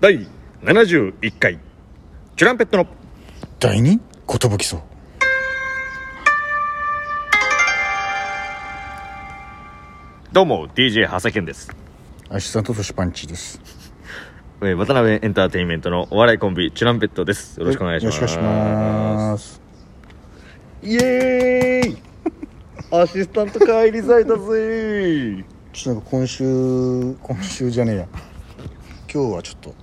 第71回チュランペットの第二寿荘どうも DJ 長谷健です、アシスタントトシパンチですえー渡辺エンターテインメントのお笑いコンビチュランペットですよろしくお願いしますよろしくお願いしますイエーイアシスタント帰り咲いたぜちょっとなんか今週今週じゃねえや今日はちょっと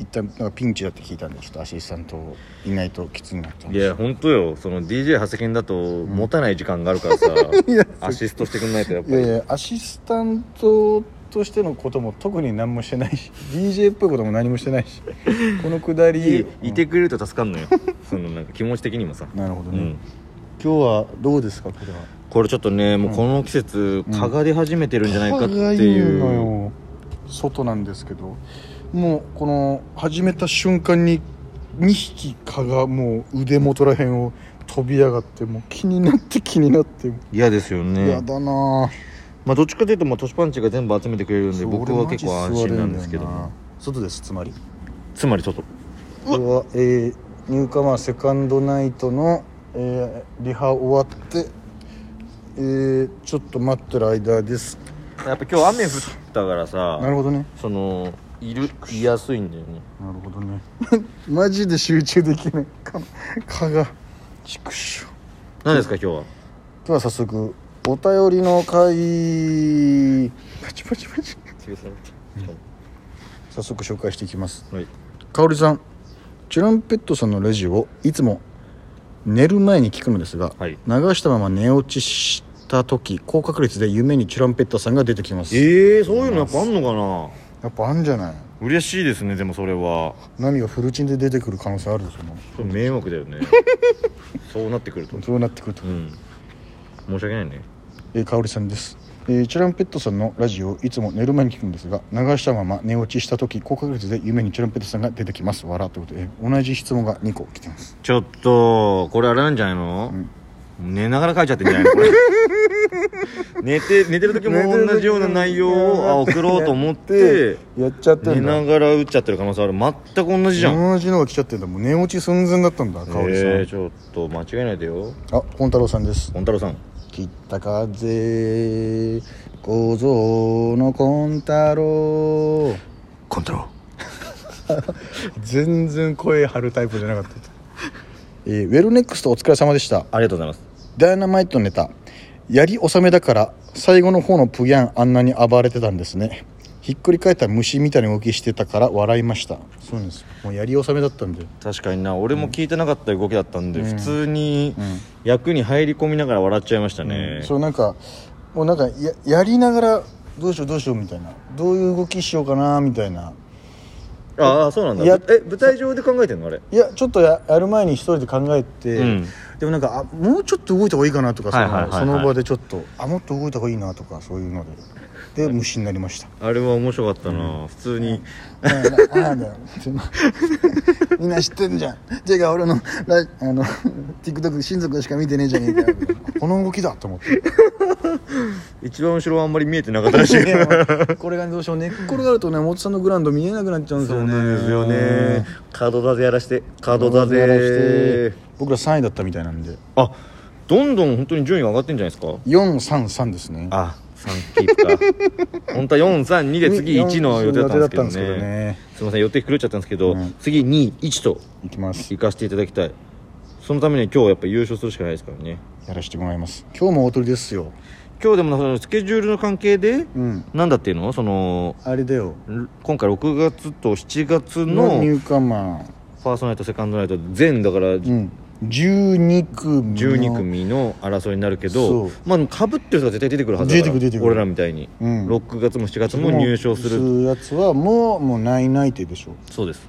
一旦なんかピンチだって聞いたんでちょっとアシスタントいないときついなって思いいや本当よその DJ 長谷健だと持たない時間がある からさ、アシストしてくんないとやっぱいやいりやアシスタントとしてのことも特に何もしてないし DJ っぽいことも何もしてないしこのくだりいてくれると助かんのよそのなんか気持ち的にもさ、なるほどうね、ん、今日はどうですかこれはこれちょっとねもうこの季節、蚊が出始めてるんじゃないかっていう蚊がのよ外なんですけどもうこの始めた瞬間に2匹蚊がもう腕元らへんを飛び上がってもう気になって気になって、嫌ですよねやだなあまあ、どっちかというと、まあ、トシパンチが全部集めてくれるんでそう僕は結構安心なんですけど俺マジ座れんだよな外ですつまりつまり外これは、えー、ニューカマーセカンドナイトの、えーリハ終わって、えーちょっと待ってる間ですやっぱ今日雨降ったからなるさほどねそのいるいやすいんだよねなるほどね マジで集中できない蚊蚊が畜生何ですか今日はでは早速お便りの回パチパチパチ早速紹介していきますはいかおりさんチュランペットさんのレジをいつも寝る前に聞くのですが、はい流したまま寝落ちした時高確率で夢にチュランペットさんが出てきますやええそういうのやっぱあんのかっぱあんじゃないな嬉しいですねでもそれは何がフルチンで出てくる可能性あるでしょもうそれ迷惑だよね そうなってくるとそうなってくるとうん申し訳ないねえー、香織さんです、えーチュランペットさんのラジオをいつも寝る前に聞くんですが流したまま寝落ちした時高確率で夢にチュランペットさんが出てきます笑ということで、えー同じ質問が2個来てますちょっとこれあれなんじゃないの、寝ながら書いちゃってんじゃないのこれ 寝て寝てる時も同じような内容をあ送ろうと思ってやっちゃって寝んだながら打っちゃってる可能性ある全く同じじゃん同じのが来ちゃってんだもう寝落ち寸前だったんだ香織さん、えー、ちょっと間違えないでよあ本太郎さんです本太郎さん北風小僧の金太郎コン太郎全然声張るタイプじゃなかった、えーウェルネックストお疲れ様でしたありがとうございますダイナマイトのネタやり納めだから最後の方のプギャンあんなに暴れてたんですねひっくり返った虫みたいな動きしてたから笑いましたそうなんですもうやり納めだったんで確かにな俺も聞いてなかった動きだったんで、普通に役に入り込みながら笑っちゃいましたね、そうなんかもうなんかややりながらどうしようどうしようみたいなどういう動きしようかなみたいなああそうなんだいやえ舞台上で考えてんのあれいやちょっとややる前に一人で考えて、うんでもなんかあもうちょっと動いた方がいいかなとかその,、はいはいはいはいその場でちょっとあもっと動いた方がいいなとかそういうのでで虫になりましたあれは面白かったな、普通に、なんだよみんな知ってんじゃんてか俺のラジあの TikTok 親族しか見てねえじゃねえかよこの動きだと思って一番後ろはあんまり見えてなかったらしいこれがねどうしても寝っ転がるとね元さんのグラウンド見えなくなっちゃうんですよねカードだぜやらしてカードだだぜぜ僕ら3位だったみたいなんであどんどん本当に順位が上がってんじゃないですか433ですねあ三キープ か本当は432で次1の予定だったんですけどね予定だったんですけどねすいません予定狂っちゃったんですけど、うん次21といきます行かせていただきたいそのためには今日やっぱ優勝するしかないですからねやらせてもらいます今日も大鳥ですよ今日でもそのスケジュールの関係で、うんなんだっていうのそのあれだよ今回6月と7月ののニューカマーファーストナイトセカンドナイト全だからうん12組の12組の争いになるけそどうまあかぶってる人が絶対出てくるはずだから出てくる出てくる俺らみたいに、うん6月も7月も入賞するやつはもうもうないないてでしょそうです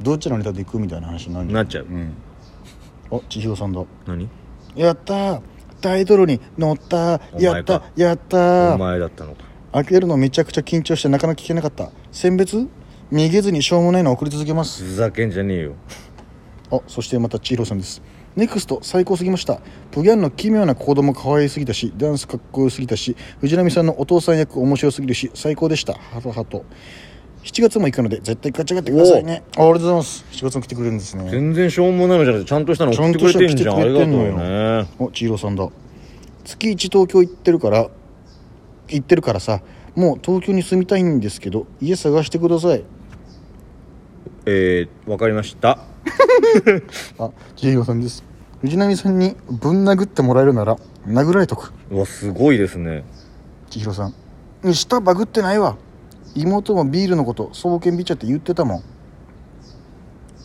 どっちのネタで行くみたいな話になるなっちゃううん、あ千尋さんだ何やったータイトルに乗ったお前かやったやったおー前だったのか開けるのめちゃくちゃ緊張してなかなか聞けなかった選別逃げずにしょうもないの送り続けますふざけんじゃねえよあそしてまた千尋さんですネクスト最高すぎましたプギャンの奇妙な行動も可愛すぎたしダンスかっこよすぎたし藤波さんのお父さん役面白すぎるし最高でしたハトハト7月も行くので絶対買っちゃってくださいねあありがとうございます7月も来てくれるんですね全然しょうもないのじゃなくてちゃんとしたの送ってくれてんじゃんちゃあんりとがとうしたの来てくれてんのねお千尋さんだ月一東京行ってるから行ってるからさもう東京に住みたいんですけど家探してくださいえー、わかりましたあ千尋さんです藤波さんにぶん殴ってもらえるなら殴られとくうわすごいですね千尋さん舌バグってないわ妹もビールのこと双剣ビチャって言ってたもん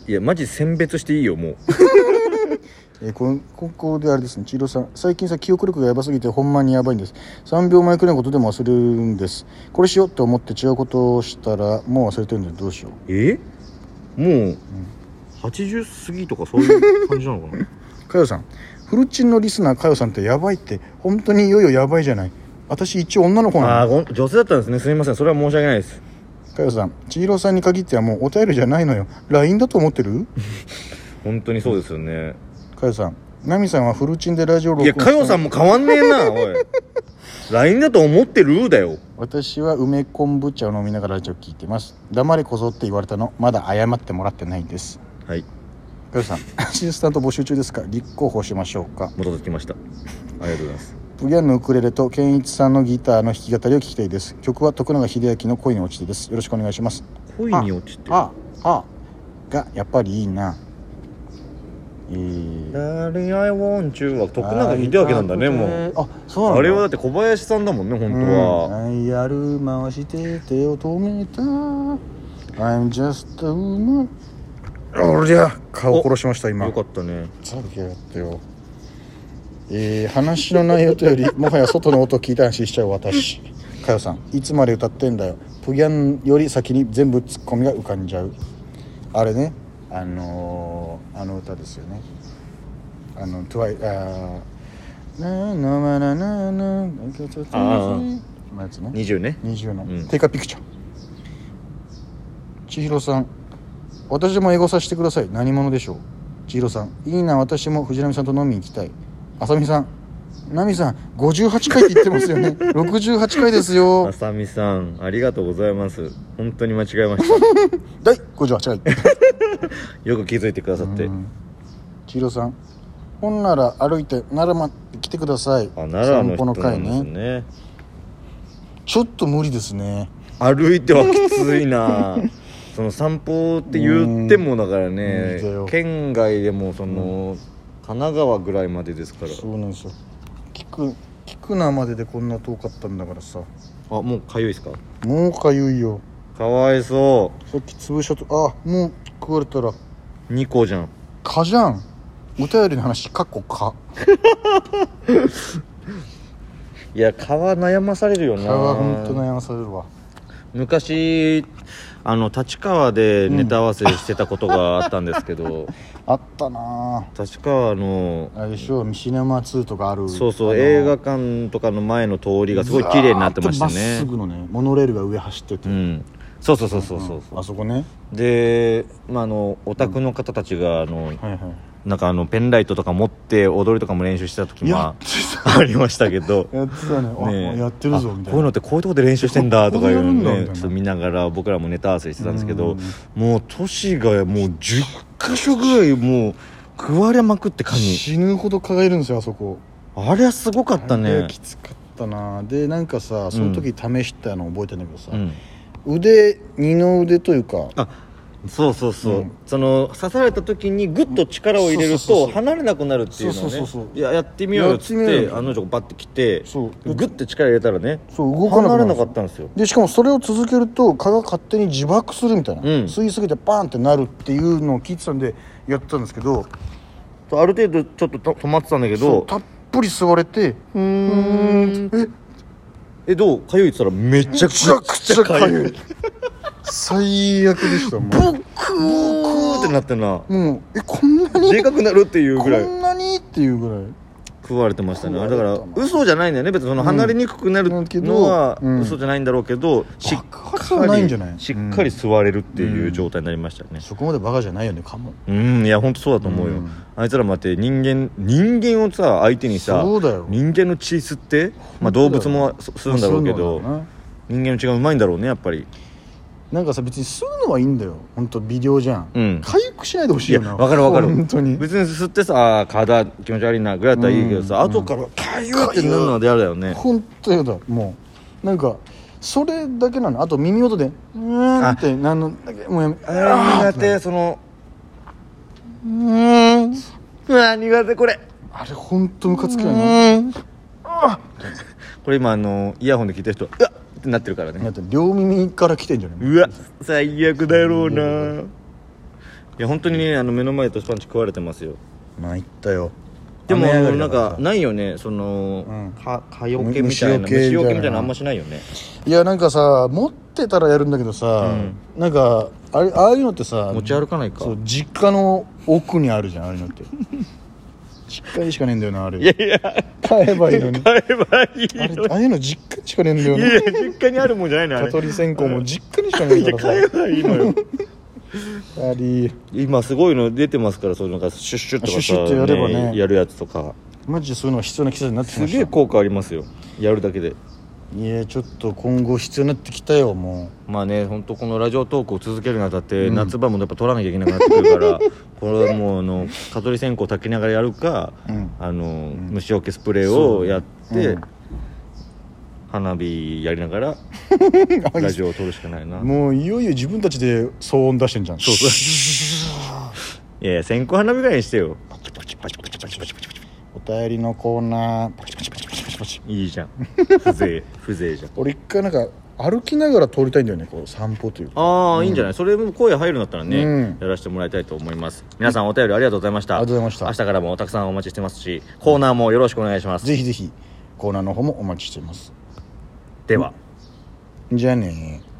いやマジ選別していいよもう えーこんここであれですね千尋さん最近さ記憶力がやばすぎてほんまにやばいんです3秒前くらいのことでも忘れるんですこれしようって思って違うことをしたらもう忘れてるんでどうしようえもう、80過ぎとかそういう感じなの かなかよさんフルチンのリスナーかよさんってやばいって本当にいよいよやばいじゃない私一応女の子あなあのーご女性だったんですねすみませんそれは申し訳ないですかよさん千尋さんに限ってはもうお便りじゃないのよ LINE だと思ってる本当にそうですよねかよさんナミさんはフルチンでラジオ録い音やかよさんも変わんねえなおい LINE だと思ってるだよ私は梅昆布茶を飲みながらラジオ聞いてます黙れこぞって言われたのまだ謝ってもらってないんですはいかよさん アシスタント募集中ですか立候補しましょうか戻ってきましたありがとうございますブギャンのウクレレと健一さんのギターの弾き語りを聞きたいです曲は徳永英明の恋に落ちてですよろしくお願いします恋に落ちてああがやっぱりいいなえー誰愛ウォンチューは徳永秀明なんだねもうあそうなんだあれはだって小林さんだもんね本当は、うんダイヤル回して手を止めた I'm just a woman 俺じゃ顔殺しました今よかったねさっきやってよえー、話の内容というよりもはや外の音を聞いた話しちゃう私かよさんいつまで歌ってんだよプギャンより先に全部ツッコミが浮かんじゃうあれねあのー、あの歌ですよねあのトゥワイあーなあなあなあなあなあなんかちょっとあのやつね20ね20の、うんテイカーピクチャー千尋さん私もエゴさせてください何者でしょう千尋さんいいな私も藤波さんと飲みに行きたい浅見さん奈美さん58回って言ってますよ ね68回ですよあさみさんありがとうございます本当に間違えました第58回よく気づいてくださってうん千尋さんほんなら歩いて奈良まで来てくださいあ奈良の散歩人のな会んですねねちょっと無理ですね歩いてはきつい なその散歩って言ってもだからねうん無理だよ県外でもその、神奈川ぐらいまでですからそうなんですよ聞く聞くなまででこんな遠かったんだからさあもうかゆいですかもうかゆいよかわいそさっき潰しちゃったあもう食われたらう2個じゃん蚊じゃんお便りの話かっこ蚊いや蚊は悩まされるよな蚊は本当悩まされるわ昔あの立川でネタ合わせしてたことがあったんですけど、あったな 立川のああれでしょミシネマ2とかあるそうそうあの映画館とかの前の通りがすごい綺麗になってましたずーっとまっすねぐのねモノレールが上走ってて、うんそうそうそうそうそうあそこねで、まあ、あのオタクの方たちがあの、はいはいなんかあのペンライトとか持って踊りとかも練習してた時もやあってありましたけどたやってたね あねえやってるぞあみたこういいうのなってこういうとこで練習してんだとかいうのをここでやるねんだみたいなちょっと見ながら僕らもネタ合わせしてたんですけうどんもう都市がもう10箇所ぐらいもう食われまくって蚊に死ぬほど蚊がいるんですよあそこあれはすごかったあれねきつかったなでなんかさその時試したの覚えてんだけどさ、うん腕二の腕というかあそうそうそう、うんその刺された時にグッと力を入れるそうそうそとうそう離れなくなるっていうのそうをそうそうねそういややってみようよっつっやってみようてよあの女がバッて来てそうグッて力入れたらねそう動かな離れくななるかったんですよでしかもそれを続けると蚊が勝手に自爆するみたいな、うん吸いすぎてパーンってなるっていうのを聞いてたんでやってたんですけどある程度ちょっとと止まってたんだけそうどたっぷり吸われてうーんええどうかゆいって言ったらめちゃめくちちゃゃくちゃかゆ痒い最悪でしたもブクーってなってなうもうえこんなにでかくなるっていうこぐらいんなにっていうぐらい食われてましたねあれだから食われたな嘘じゃないんだよね別にその離れにくくなるうんけどのはうん嘘じゃないんだろうけどしっ爆発かはないんりじゃないしっかり座れるっていう状態になりましたねそこまでバカじゃないよね蚊もうんいや本当そうだと思うようんあいつら待って人間人間をさ相手にさそうだよ人間の血吸ってまあ本当だよ動物もすするんだろうけどまあそういうのは人間の血がうまいんだろうねやっぱりななんかさ別に吸うのはいいんだよ本当微量じゃん、うん回復しないでほしいよいなやわかるわかる本当に別に吸ってさあー体気持ち悪いなぐらいだったらいいけどさ、うん後から「かゆっ!」ってなるのはであれだよね本当やだもうなんかそれだけなのあと耳元で「うーん」ってなんのだけもうやめあー苦う手そのーんうわ苦手これあれ本当ムカつくよねんこれ今あのイヤホンで聞いてる人「うわっ!」ってなってるからだっねて両耳から来てんじゃないうわ最悪だろうないや本当にねあの目の前でトシパンチ食われてますよ参ったよでも雨上がりなだんらかないよねその、うんか蚊よけみたいな虫よけみたいな虫よけみたいなのあんましないよねいやなんかさ持ってたらやるんだけどさ、なんかあれああいうのってさ持ち歩かないかそう実家の奥にあるじゃんああいうのって 実家にしかねえんだよなあれいやいや買えばいいのに買えばいいあれのああいうの実家にしかねえんだよいなやいや実家にあるもんじゃないのあ蚊れ取り線香も実家にしかねえいかやら買えばいいのよさあり 今すごいの出てますからそういうのがシュッシュッとかさシュッシュッとやればねやるやつとかマジでそういうのが必要な季節になってきすましたげえ効果ありますよやるだけでいやちょっと今後必要になってきたよもまあね本当このラジオトークを続けるにあたって、夏場もやっぱ取らなきゃいけなくなってくるから これはもうあの蚊取り線香炊きながらやるか、うんあの、虫除けスプレーをやって、うん花火やりながらうラジオを撮るしかないなもういよいよ自分たちで騒音出してんじゃんそうそういやいや線香花火ぐらいにしてよお便りのコーナーパチパチパチパチパチパチいいじゃん風情 風情じゃん俺一回なんか歩きながら通りたいんだよねこう散歩というかああ、いいんじゃないそれも声入るんだったらね、うんやらせてもらいたいと思います皆さんお便りありがとうございましたありがとうございました明日からもたくさんお待ちしてますしコーナーもよろしくお願いしますぜひぜひコーナーの方もお待ちしていますではじゃあねー